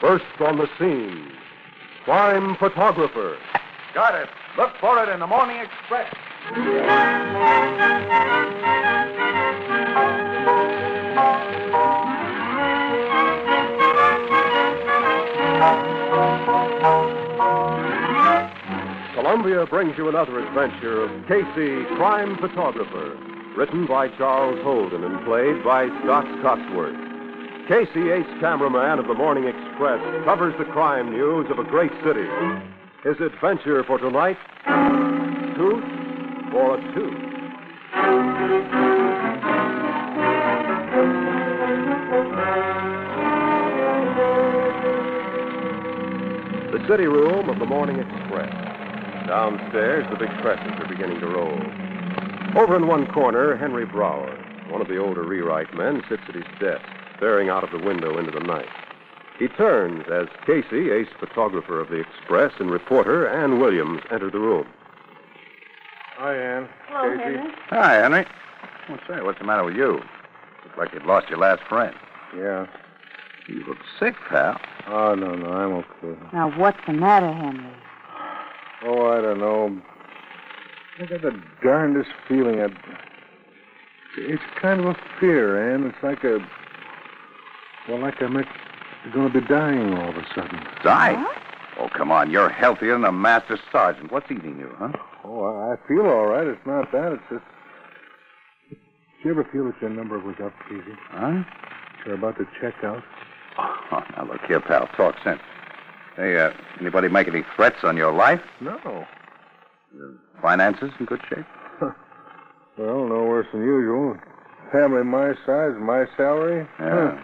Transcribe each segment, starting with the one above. First on the scene, crime photographer. Got it. Look for it in the Morning Express. Columbia brings you another adventure of Casey, crime photographer, written by Charles Holden and played by Scott Cotsworth. Casey, ace cameraman of the Morning Express, covers the crime news of a great city. His adventure for tonight, tooth for a tooth. The city room of the Morning Express. Downstairs, the big presses are beginning to roll. Over in one corner, Henry Brower, one of the older rewrite men, sits at his desk, staring out of the window into the night. He turns as Casey, ace photographer of the Express, and reporter Ann Williams enter the room. Hi, Ann. Hello, Henry. Hi, Henry. Well, say, what's the matter with you? Looks like you'd lost your last friend. Yeah. You look sick, pal. Oh, no, no, I'm okay. Now, what's the matter, Henry? Oh, I don't know. I got the darndest feeling. I... It's kind of a fear, Ann. It's like a. Well, like I'm at- going to be dying all of a sudden. Die? What? Oh, come on. You're healthier than a master sergeant. What's eating you, huh? Oh, I, I feel all right. It's not that. It's just. Did you ever feel that your number was up, Casey? Huh? You're about to check out? Oh, now, look here, pal. Talk sense. Hey, uh, anybody make any threats on your life? No. Finances in good shape? Well, no worse than usual. Family my size, my salary. Yeah.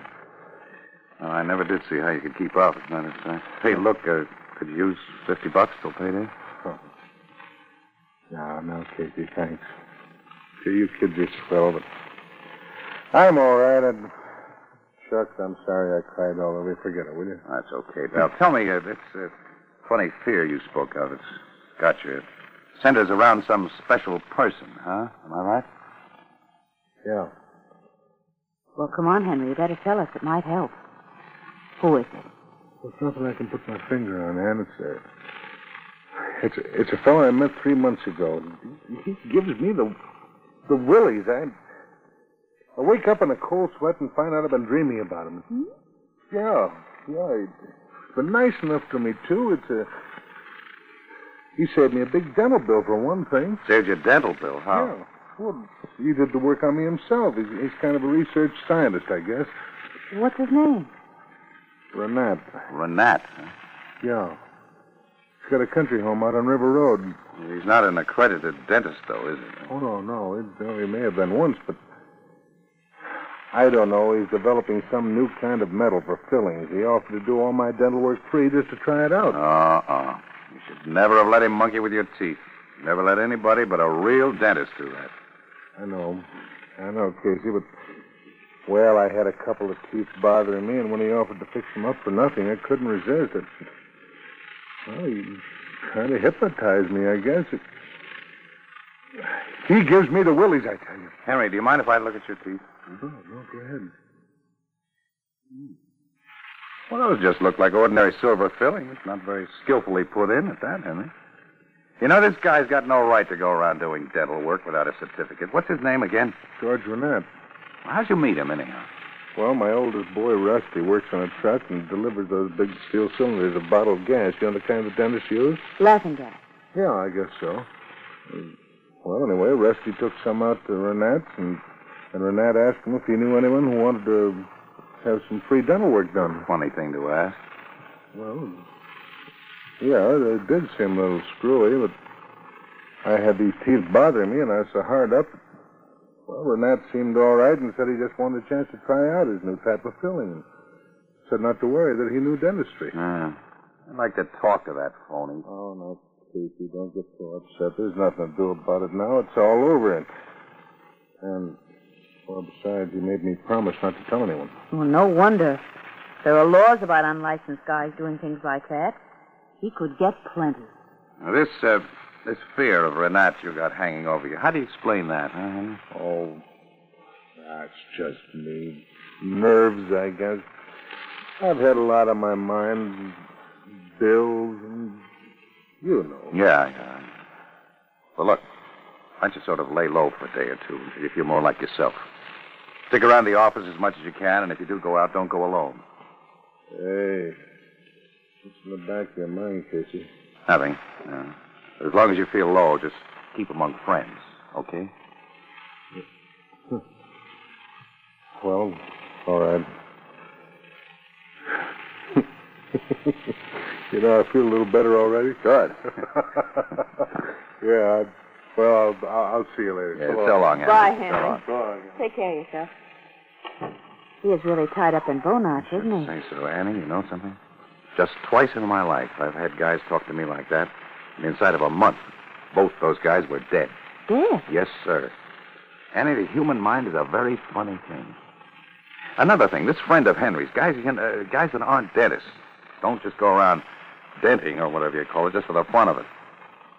Oh, I never did see how you could keep up, as a matter of fact. Hey, look, uh, could you use 50 bucks till payday? No, no, Casey, thanks. Sure, you kids are swell, but I'm all right. I'm... Shucks, I'm sorry I cried all over. Forget it, will you? That's okay, pal. Tell me, uh, this uh, funny fear you spoke of, it's got you. It centers around some special person, huh? Am I right? Yeah. Well, come on, Henry. You better tell us. It might help. Who is it? Well, it's nothing I can put my finger on, Ann. It's a... It's a, it's a fellow I met three months ago. He gives me the the willies. I I wake up in a cold sweat and find out I've been dreaming about him. Yeah, yeah. He's been nice enough to me too. It's a he saved me a big dental bill for one thing. Saved your dental bill, how? Yeah. Well, he did the work on me himself. He's, he's kind of a research scientist, I guess. What's his name? Renat. Renat. huh? Yeah. He's got a country home out on River Road. He's not an accredited dentist, though, is he? Oh, no, no. It, well, he may have been once, but. I don't know. He's developing some new kind of metal for fillings. He offered to do all my dental work free just to try it out. Uh-uh. You should never have let him monkey with your teeth. Never let anybody but a real dentist do that. I know. I know, Casey, but. Well, I had a couple of teeth bothering me, and when he offered to fix them up for nothing, I couldn't resist it. Well, he kind of hypnotized me, I guess. It... He gives me the willies, I tell you. Henry, do you mind if I look at your teeth? No, no, go ahead. Well, those just look like ordinary silver fillings. Not very skillfully put in at that, Henry. You know, this guy's got no right to go around doing dental work without a certificate. What's his name again? George Renat. How'd you meet him, anyhow? Well, my oldest boy, Rusty, works on a truck and delivers those big steel cylinders of bottled gas. You know the kind the dentists use? Laughing gas. Yeah, I guess so. Well, anyway, Rusty took some out to Renat's, and, and Renat asked him if he knew anyone who wanted to have some free dental work done. Funny thing to ask. Well, yeah, they did seem a little screwy, but I had these teeth bothering me, and I was so hard up. Well, Renat seemed all right and said he just wanted a chance to try out his new type of filling. Said not to worry, that he knew dentistry. Hmm. I'd like to talk to that phony. Oh, no, Casey, don't get so upset. There's nothing to do about it now. It's all over. And, and well, besides, he made me promise not to tell anyone. Well, no wonder. There are laws about unlicensed guys doing things like that. He could get plenty. Now, this, uh, this fear of Renat you got hanging over you, how do you explain that, huh, Henry? Oh, that's just me. Nerves, I guess. I've had a lot on my mind. Bills and. You know. Yeah, yeah. Well, look, why don't you sort of lay low for a day or two until you feel more like yourself? Stick around the office as much as you can, and if you do go out, don't go alone. Hey. What's in the back of your mind, Casey? Nothing. Yeah. But as long as you feel low, just keep among friends, okay? Well, all right. you know, I feel a little better already. Good. yeah, I, well, I'll, I'll, I'll see you later. Yeah, So uh, long. so long, Henry. Bye, So Henry. long. So long. Take care of yourself. He is really tied up in bow knots, isn't he? Say so, Annie. You know something? Just twice in my life, I've had guys talk to me like that, and inside of a month, both those guys were dead. Dead. Yes, sir. Annie, the human mind is a very funny thing. Another thing, this friend of Henry's, guys, can- uh, guys that aren't dentists, don't just go around denting or whatever you call it just for the fun of it.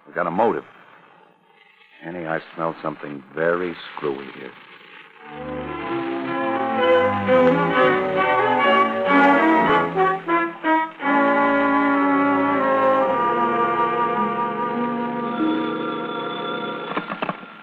They've got a motive. Annie, I smell something very screwy here.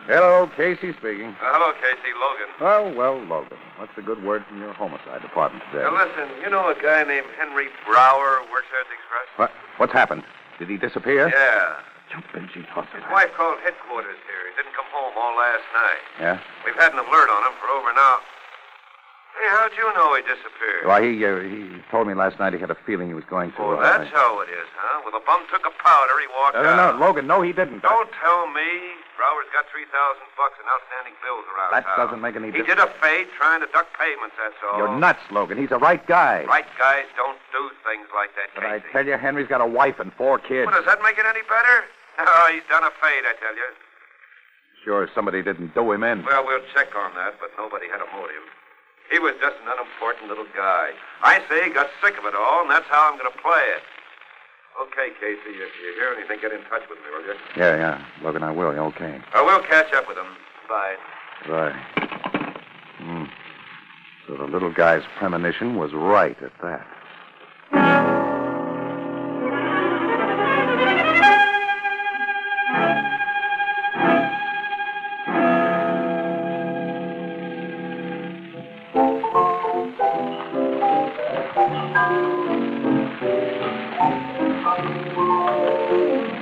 Hello, Casey speaking. Uh, hello, Casey. Logan. Well, well, Logan, what's the good word from your homicide department today? Now, listen, you know a guy named Henry Brower who works here at the Express? What, what's happened? Did he disappear? Yeah. Jumping, she His wife called headquarters here. He didn't come home all last night. Yeah? We've had an alert on him for over an hour. Hey, how'd you know he disappeared? Why, he, uh, he told me last night he had a feeling he was going to. Oh, uh, that's how it is, huh? Well, the bum took a powder, he walked No, no, out. no, Logan, no, he didn't. Don't tell me. Brower's got 3000 bucks in outstanding bills around That town. doesn't make any He difference. did a fade trying to duck payments, that's all. You're nuts, Logan. He's a right guy. Right guys don't do things like that, But I Casey. tell you, Henry's got a wife and four kids. Well, does that make it any better? No, he's done a fade, I tell you. Sure, somebody didn't do him in. Well, we'll check on that, but nobody had a motive. He was just an unimportant little guy. I say he got sick of it all, and that's how I'm going to play it. Okay, Casey, if you hear anything, get in touch with me, will you? Yeah, yeah, Logan, I will. Okay. Uh, we'll catch up with him. Bye. Right. Hmm. So the little guy's premonition was right at that.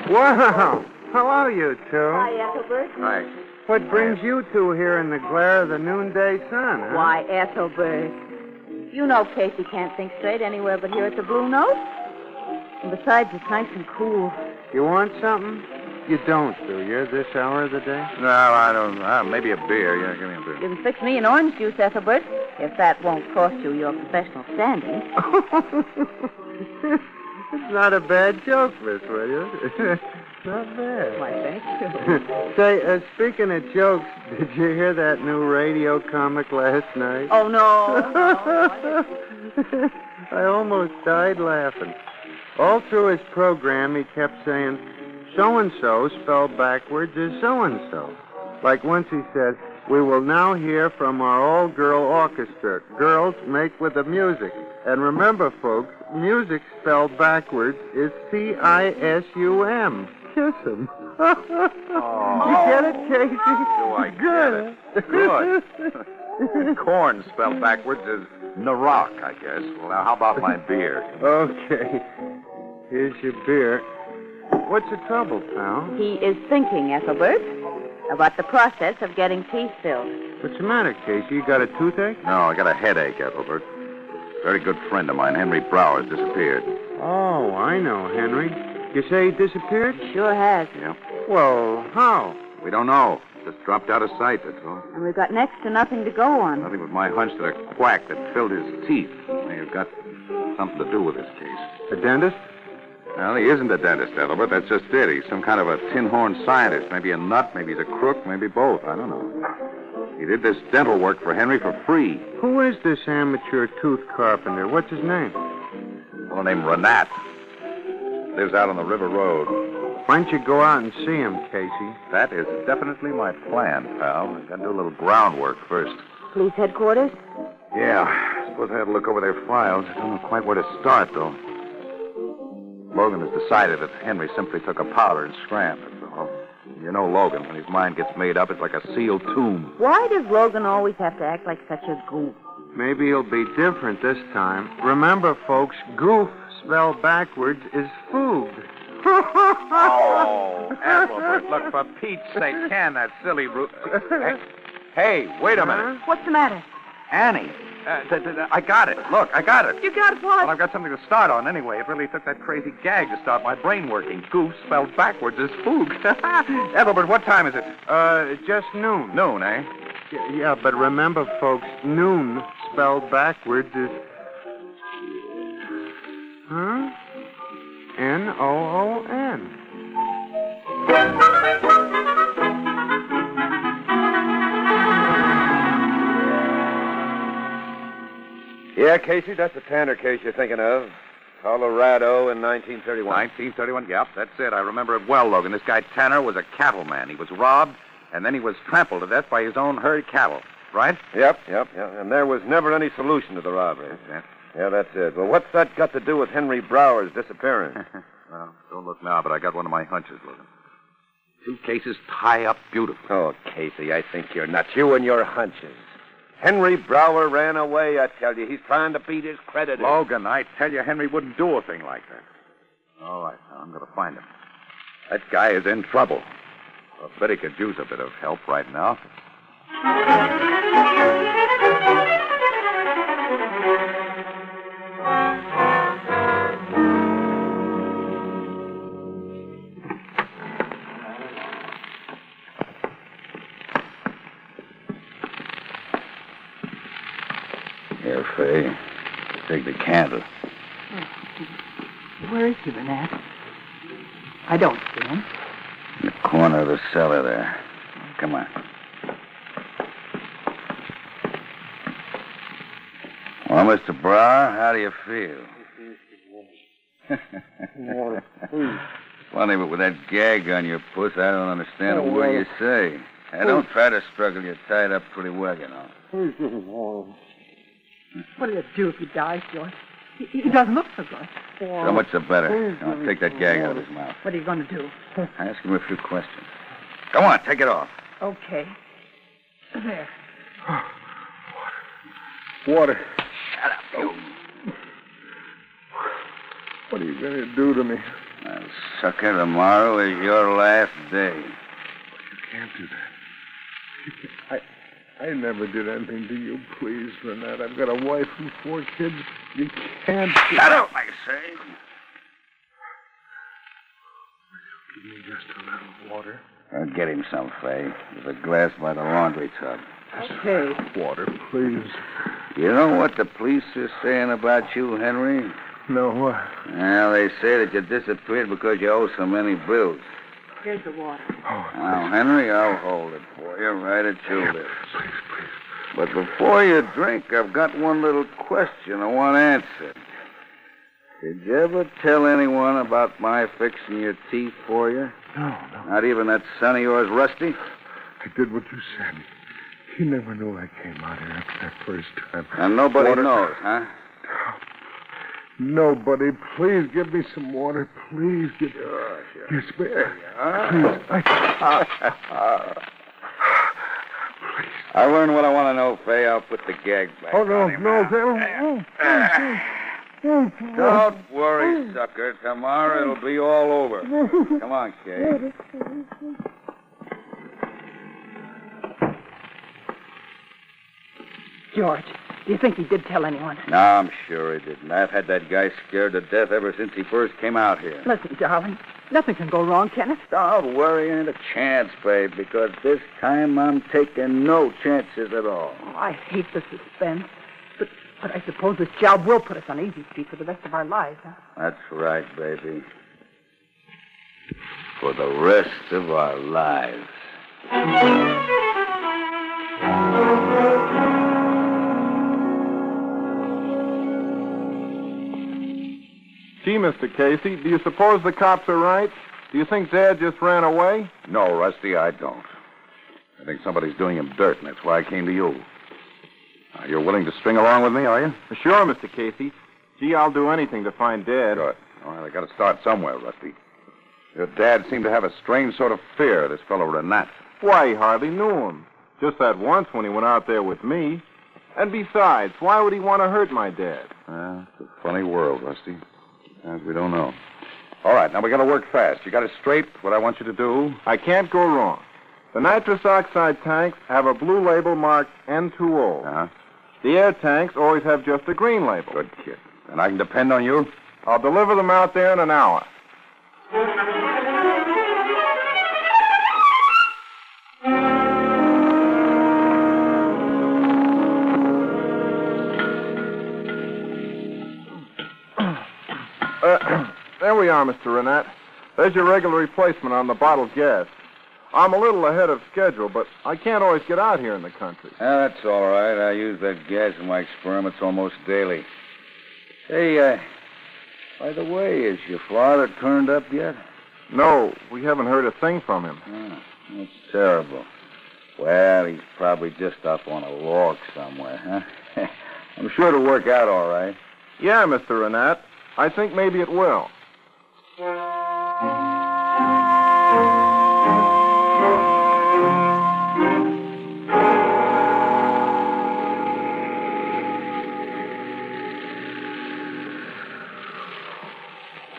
Wow. Hello, you two. Ethelbert. Right. What brings you two here in the glare of the noonday sun, huh? Why, Ethelbert. You know Casey can't think straight anywhere but here at the Blue Note. And besides, it's nice and cool. You want something? You don't, do you, this hour of the day? No, I don't. Uh, maybe a beer. Yeah, give me a beer. You can fix me an orange juice, Ethelbert, if that won't cost you your professional standing. it's not a bad joke, Miss Williams. not bad. Why, thank you. Say, uh, speaking of jokes, did you hear that new radio comic last night? Oh, no. I almost died laughing. All through his program, he kept saying, so and so spelled backwards is so and so. Like once he said, we will now hear from our all girl orchestra. Girls make with the music. And remember, folks, music spelled backwards is C I S U M. Kiss him. You get it, Casey? Do I get it? Good. Corn spelled backwards is Narok, I guess. Well, now, how about my beer? Okay. Here's your beer. What's the trouble, pal? He is thinking, Ethelbert, about the process of getting teeth filled. What's the matter, Casey? You got a toothache? No, I got a headache, Ethelbert. Very good friend of mine, Henry Brower's disappeared. Oh, I know, Henry. You say he disappeared? He sure has. Yeah. Well, how? We don't know. Just dropped out of sight, that's all. And we've got next to nothing to go on. Nothing but my hunch that a quack that filled his teeth may have got something to do with this case. A dentist? Well, he isn't a dentist, Ethelbert. That's just it. He's some kind of a tin horn scientist. Maybe a nut, maybe he's a crook, maybe both. I don't know. He did this dental work for Henry for free. Who is this amateur tooth carpenter? What's his name? fellow named Renat. Lives out on the river road. Why don't you go out and see him, Casey? That is definitely my plan, pal. I gotta do a little groundwork first. Police headquarters? Yeah. Suppose I had to look over their files. I don't know quite where to start, though. Logan has decided that Henry simply took a powder and scram. That's all. You know Logan. When his mind gets made up, it's like a sealed tomb. Why does Logan always have to act like such a goof? Maybe he'll be different this time. Remember, folks, goof spelled backwards is food. Oh, Ethelbert, look, for Pete's sake, can that silly brute. Hey, hey, wait a minute. What's the matter? Annie, uh, th- th- th- I got it. Look, I got it. You got Well, what? I've got something to start on anyway. It really took that crazy gag to stop my brain working. Goof spelled backwards is food. Ethelbert, what time is it? Uh, just noon. Noon, eh? Y- Yeah, but remember, folks, noon spelled backwards is. Huh? N O O N. Yeah, Casey, that's the Tanner case you're thinking of. Colorado in 1931. 1931. Yep, that's it. I remember it well, Logan. This guy Tanner was a cattleman. He was robbed, and then he was trampled to death by his own herd cattle. Right? Yep, yep, yep. And there was never any solution to the robbery. it. Yeah, that's it. Well, what's that got to do with Henry Brower's disappearance? well, don't look now, but I got one of my hunches, Logan. Two cases tie up beautifully. Oh, Casey, I think you're nuts. You and your hunches. Henry Brower ran away, I tell you. He's trying to beat his creditor. Logan, I tell you, Henry wouldn't do a thing like that. All right, now I'm going to find him. That guy is in trouble. I bet he could use a bit of help right now. Here, Fay. Take the candle. Where is he, Renat? I don't see him. In the corner of the cellar there. Come on. Well, Mr. Brower, how do you feel? Funny, but with that gag on your puss, I don't understand a word you say. Hey, don't try to struggle. You're tied up pretty well, you know. What do you do if he dies, George? He, he doesn't look so good. So much the better. Now, take that gag out of his mouth. What are you going to do? Ask him a few questions. Come on, take it off. Okay. There. Water. Shut up, you. What are you going to do to me? Well, sucker, tomorrow is your last day. You can't do that. I, I never did anything to you. Please, Renat. I've got a wife and four kids. You can't. Do... Shut up, I say. Give me just a little water. I'll get him some, Fay. There's a glass by the laundry tub. Okay. Water, please. You know what the police are saying about you, Henry? No, what? Well, they say that you disappeared because you owe so many bills. Here's the water. Oh, Now, Henry, I'll hold it for you right at your lips. please, please. But before you drink, I've got one little question I want answered. Did you ever tell anyone about my fixing your teeth for you? No, no. Not even that son of yours, Rusty? I did what you said. He never knew I came out here after that first time. And nobody Water. knows, huh? Nobody, please give me some water. Please give me. You spare. Please. I... I learned what I want to know, Fay. I'll put the gag back. Oh, no, on him no. now. That... Don't worry, sucker. Tomorrow it'll be all over. Come on, Kay. George, do you think he did tell anyone? No, I'm sure he didn't. I've had that guy scared to death ever since he first came out here. Listen, darling, nothing can go wrong, can it? Don't worry, ain't a chance, babe, because this time I'm taking no chances at all. Oh, I hate the suspense. But, but I suppose this job will put us on easy street for the rest of our lives, huh? That's right, baby. For the rest of our lives. Gee, Mr. Casey, do you suppose the cops are right? Do you think Dad just ran away? No, Rusty, I don't. I think somebody's doing him dirt, and that's why I came to you. I You're willing to string along with me, are you? Sure, Mr. Casey. Gee, I'll do anything to find Dad. Good. All right, I got to start somewhere, Rusty. Your dad seemed to have a strange sort of fear of this fellow Renat. Why, he hardly knew him. Just that once when he went out there with me. And besides, why would he want to hurt my dad? Well, it's a funny world, Rusty. As we don't know. All right, now we got to work fast. You got it straight. What I want you to do. I can't go wrong. The nitrous oxide tanks have a blue label marked N2O. Uh-huh. The air tanks always have just a green label. Good kid. And I can depend on you. I'll deliver them out there in an hour. Uh, there we are, Mr. Renat. There's your regular replacement on the bottled gas. I'm a little ahead of schedule, but I can't always get out here in the country. Yeah, Ah, that's all right. I use that gas in my experiments almost daily. Hey, uh, by the way, is your father turned up yet? No, we haven't heard a thing from him. Oh, that's terrible. Well, he's probably just up on a log somewhere, huh? I'm sure it'll work out all right. Yeah, Mr. Renat. I think maybe it will.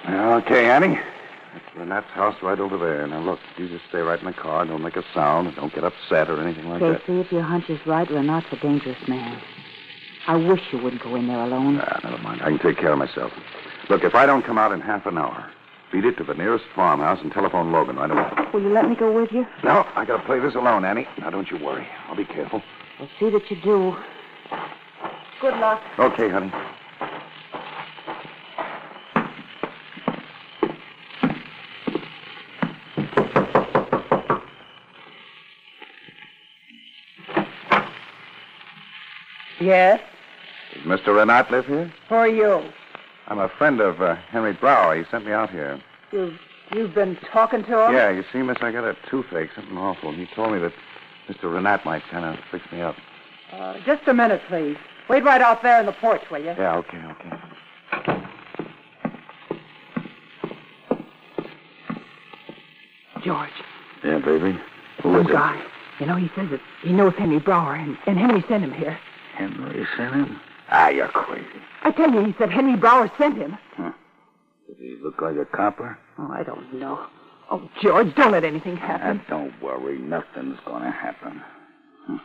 Okay, Annie. That's Renat's house right over there. Now, look, you just stay right in the car. Don't make a sound. and Don't get upset or anything like that. Casey, if your hunch is right, Renat's a dangerous man. I wish you wouldn't go in there alone. Ah, never mind. I can take care of myself. Look, if I don't come out in half an hour, beat it to the nearest farmhouse and telephone Logan right away. Will you let me go with you? No, I gotta play this alone, Annie. Now, don't you worry. I'll be careful. I'll see that you do. Good luck. Okay, honey. Yes? Does Mr. Renat live here? Who are you? I'm a friend of uh, Henry Brower. He sent me out here. You've, you've been talking to him? Yeah, you see, miss, I got a toothache, something awful, and he told me that Mr. Renat might kind of fix me up. Uh, just a minute, please. Wait right out there in the porch, will you? Yeah, okay, okay. George, Yeah, baby. some guy. You know, he says that he knows Henry Brower, and, and Henry sent him here. Henry sent him? Ah, you're crazy. I tell you, he said Henry Brower sent him. Does he look like a copper? Oh, I don't know. Oh, George, don't let anything Ah, happen. don't worry. Nothing's going to happen. Huh.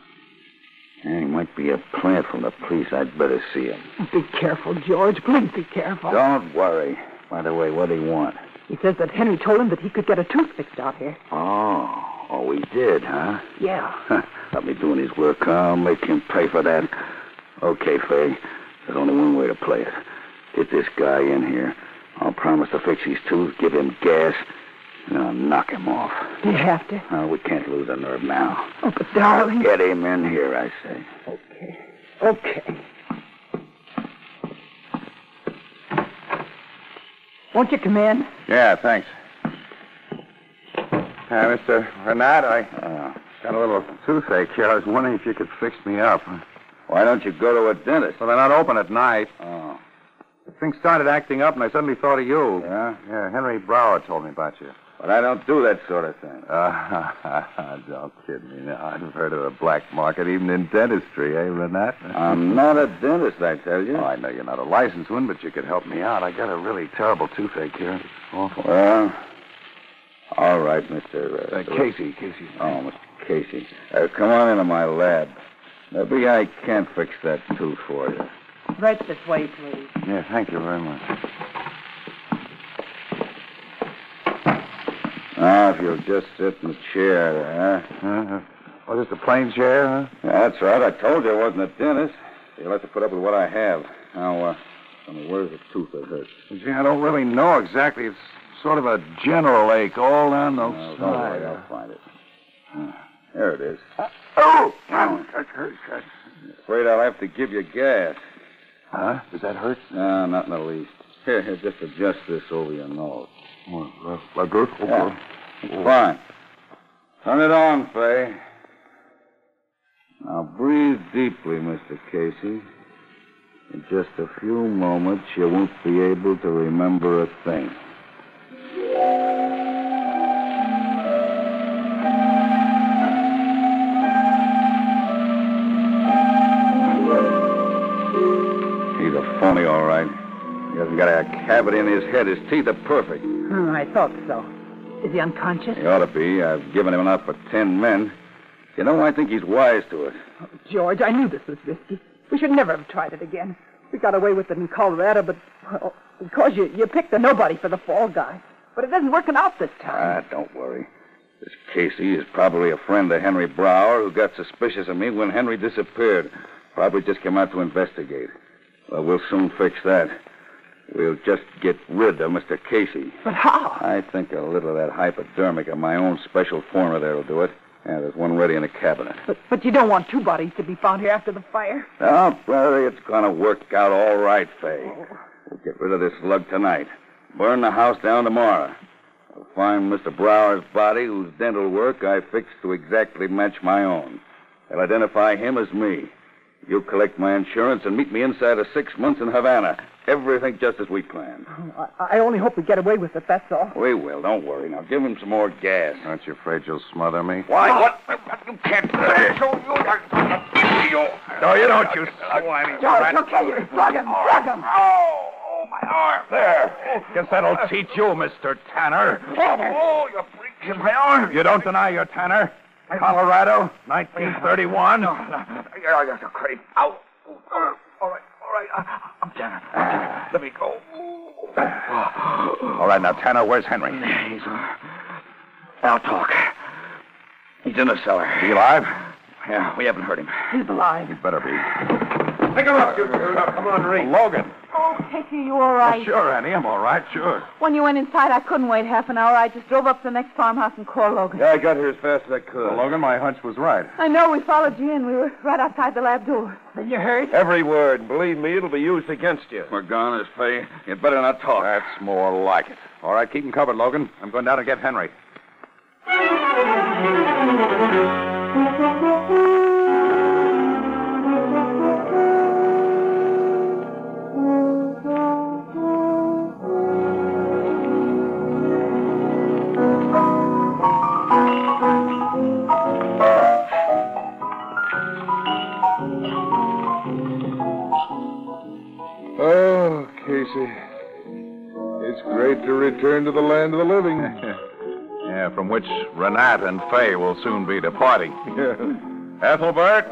Yeah, he might be a plant from the police. I'd better see him. Be careful, George. Please be careful. Don't worry. By the way, what do you want? He says that Henry told him that he could get a tooth fixed out here. Oh, oh, he did, huh? Yeah. Huh, I'll be doing his work. I'll make him pay for that. Okay, Fay. There's only one way to play it. Get this guy in here. I'll promise to fix his tooth, give him gas, and I'll knock him off. You have to. Oh, we can't lose a nerve now. Oh, but darling. Get him in here, I say. Okay. Okay. Won't you come in? Yeah, thanks. Uh, Mr. Renat, I uh, got a little toothache here. I was wondering if you could fix me up. Why don't you go to a dentist? Well, they're not open at night. Oh. The thing started acting up, and I suddenly thought of you. Yeah? Yeah, Henry Brower told me about you. But I don't do that sort of thing. Uh, don't kid me now. I've heard of the black market, even in dentistry, eh, Renat? I'm not a dentist, I tell you. Oh, I know you're not a licensed one, but you could help me out. I got a really terrible toothache here. It's awful. Well, all right, Mr. Uh, Casey, Casey. Oh, Mr. Casey. Uh, come on into my lab. Maybe I can fix that tooth for you. Right this way, please. Yeah, thank you very much. Now, if you'll just sit in the chair there. Huh? Oh, just a plain chair, huh? that's right. I told you I wasn't a dentist. You'll have to put up with what I have. Now, uh, tell me, where's the tooth that hurts? Gee, I don't really know exactly. It's sort of a general ache all down the no, Don't worry, I'll find it. Hmm, There it is. oh! That hurts, Afraid I'll have to give you gas. Huh? Does that hurt? No, not in the least. Here, here, just adjust this over your nose. Like this? Yeah. Fine. Turn it on, Fay. Now breathe deeply, Mr. Casey. In just a few moments, you won't be able to remember a thing. He's a phony, all right. He hasn't got a cavity in his head. His teeth are perfect. Hmm, I thought so. Is he unconscious? He ought to be. I've given him enough for ten men. You know, I think he's wise to it. Oh, George, I knew this was risky. We should never have tried it again. We got away with it in Colorado, but well, because you, you picked a nobody for the fall guy. But it isn't working out this time. Ah, don't worry. This Casey is probably a friend of Henry Brower who got suspicious of me when Henry disappeared. Probably just came out to investigate. Well, we'll soon fix that. We'll just get rid of Mr. Casey. but how? I think a little of that hypodermic and my own special formula there will do it. Yeah, there's one ready in the cabinet. But, but you don't want two bodies to be found here after the fire. Now, Oh, brother, it's going to work out all right, Fay. We'll get rid of this lug tonight. Burn the house down tomorrow. We'll find Mr. Brower's body, whose dental work I fixed to exactly match my own. They'll identify him as me. You collect my insurance and meet me inside of six months in Havana. Everything just as we planned. Oh, I, I only hope we get away with it, that's all. We will. Don't worry. Now give him some more gas. Aren't you afraid you'll smother me? Why? What? You can't. No, you don't. You slimy George, look at you. Drug him, drug him. Oh, oh, my arm. There. Guess that'll teach you, Mr. Tanner. Tanner. Oh, you freak. Give my arm. You don't deny your Tanner. Colorado, 1931. No, no. You're crazy. Ow. All right, all right. Uh, I'm Tanner. Let me go. All right, now, Tanner, where's Henry? He's I'll talk. He's in the cellar. Is he alive? Yeah, we haven't heard him. He's alive. He better be. Pick him up, you. Come on, Reed. Logan. Oh, Casey, you all right? Oh, Sure, Annie, I'm all right, sure. When you went inside, I couldn't wait half an hour. I just drove up to the next farmhouse and called Logan. Yeah, I got here as fast as I could. Logan, my hunch was right. I know we followed you in. We were right outside the lab door. Then you heard? Every word. and Believe me, it'll be used against you. We're gone, is Fay. You'd better not talk. That's more like it. All right, keep him covered, Logan. I'm going down to get Henry. Oh, Casey. It's great to return to the land of the living. Yeah, from which Renat and Fay will soon be departing. Ethelbert,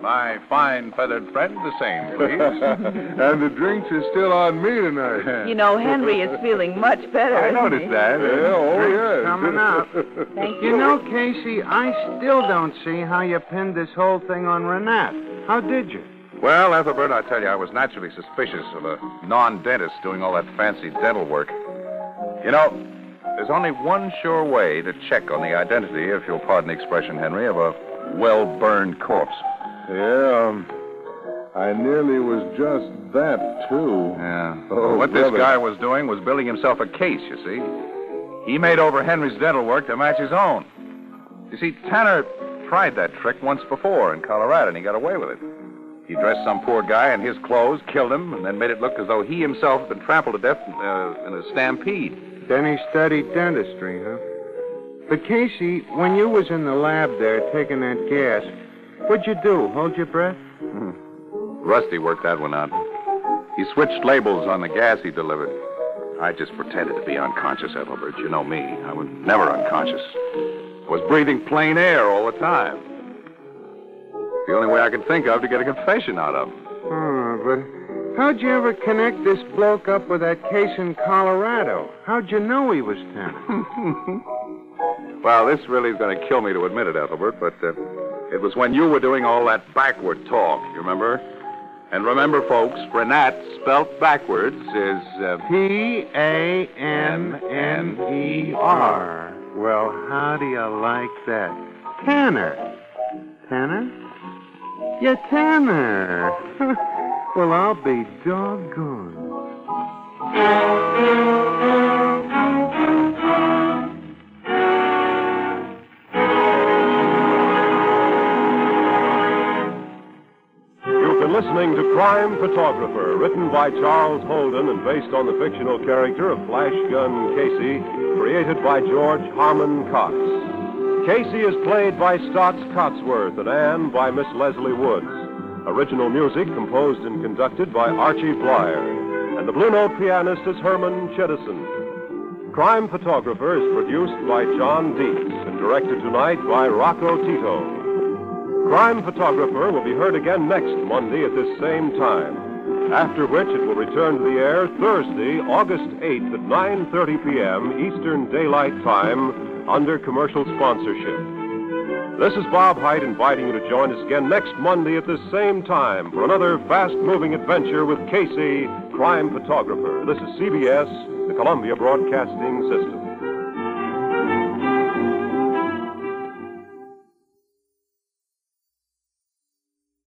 my fine feathered friend, the same, please. and the drinks are still on me tonight. You know, Henry is feeling much better. I isn't noticed he? that. Yeah, oh, yeah. coming up. Thank You know, Casey, I still don't see how you pinned this whole thing on Renat. How did you? Well, Ethelbert, I tell you, I was naturally suspicious of a non dentist doing all that fancy dental work. You know, there's only one sure way to check on the identity, if you'll pardon the expression, Henry, of a well burned corpse. Yeah, um, I nearly was just that, too. Yeah. Oh, what this brother. guy was doing was building himself a case, you see. He made over Henry's dental work to match his own. You see, Tanner tried that trick once before in Colorado, and he got away with it. He dressed some poor guy in his clothes, killed him, and then made it look as though he himself had been trampled to death uh, in a stampede. Then he studied dentistry, huh? But, Casey, when you was in the lab there taking that gas, what'd you do? Hold your breath? Hmm. Rusty worked that one out. He switched labels on the gas he delivered. I just pretended to be unconscious, Ethelbert. You know me. I was never unconscious. I was breathing plain air all the time. The only way I could think of to get a confession out of him. Oh, but how'd you ever connect this bloke up with that case in Colorado? How'd you know he was Tanner? Well, this really is going to kill me to admit it, Ethelbert, but uh, it was when you were doing all that backward talk, you remember? And remember, folks, Renat, spelt backwards, is. Uh, P A N N E R. Well, how do you like that? Tanner. Tanner? Yeah, Tanner. well, I'll be doggone. Crime Photographer, written by Charles Holden and based on the fictional character of Flash Gun Casey, created by George Harmon Cox. Casey is played by Stotts Cotsworth and Anne by Miss Leslie Woods. Original music composed and conducted by Archie Blyer. And the Blue Note pianist is Herman Chittison. Crime Photographer is produced by John Dietz and directed tonight by Rocco Tito. Crime Photographer will be heard again next Monday at this same time. After which it will return to the air Thursday, August 8th at 9:30 p.m. Eastern Daylight Time under commercial sponsorship. This is Bob Hyde inviting you to join us again next Monday at this same time for another fast-moving adventure with Casey, Crime Photographer. This is CBS, the Columbia Broadcasting System.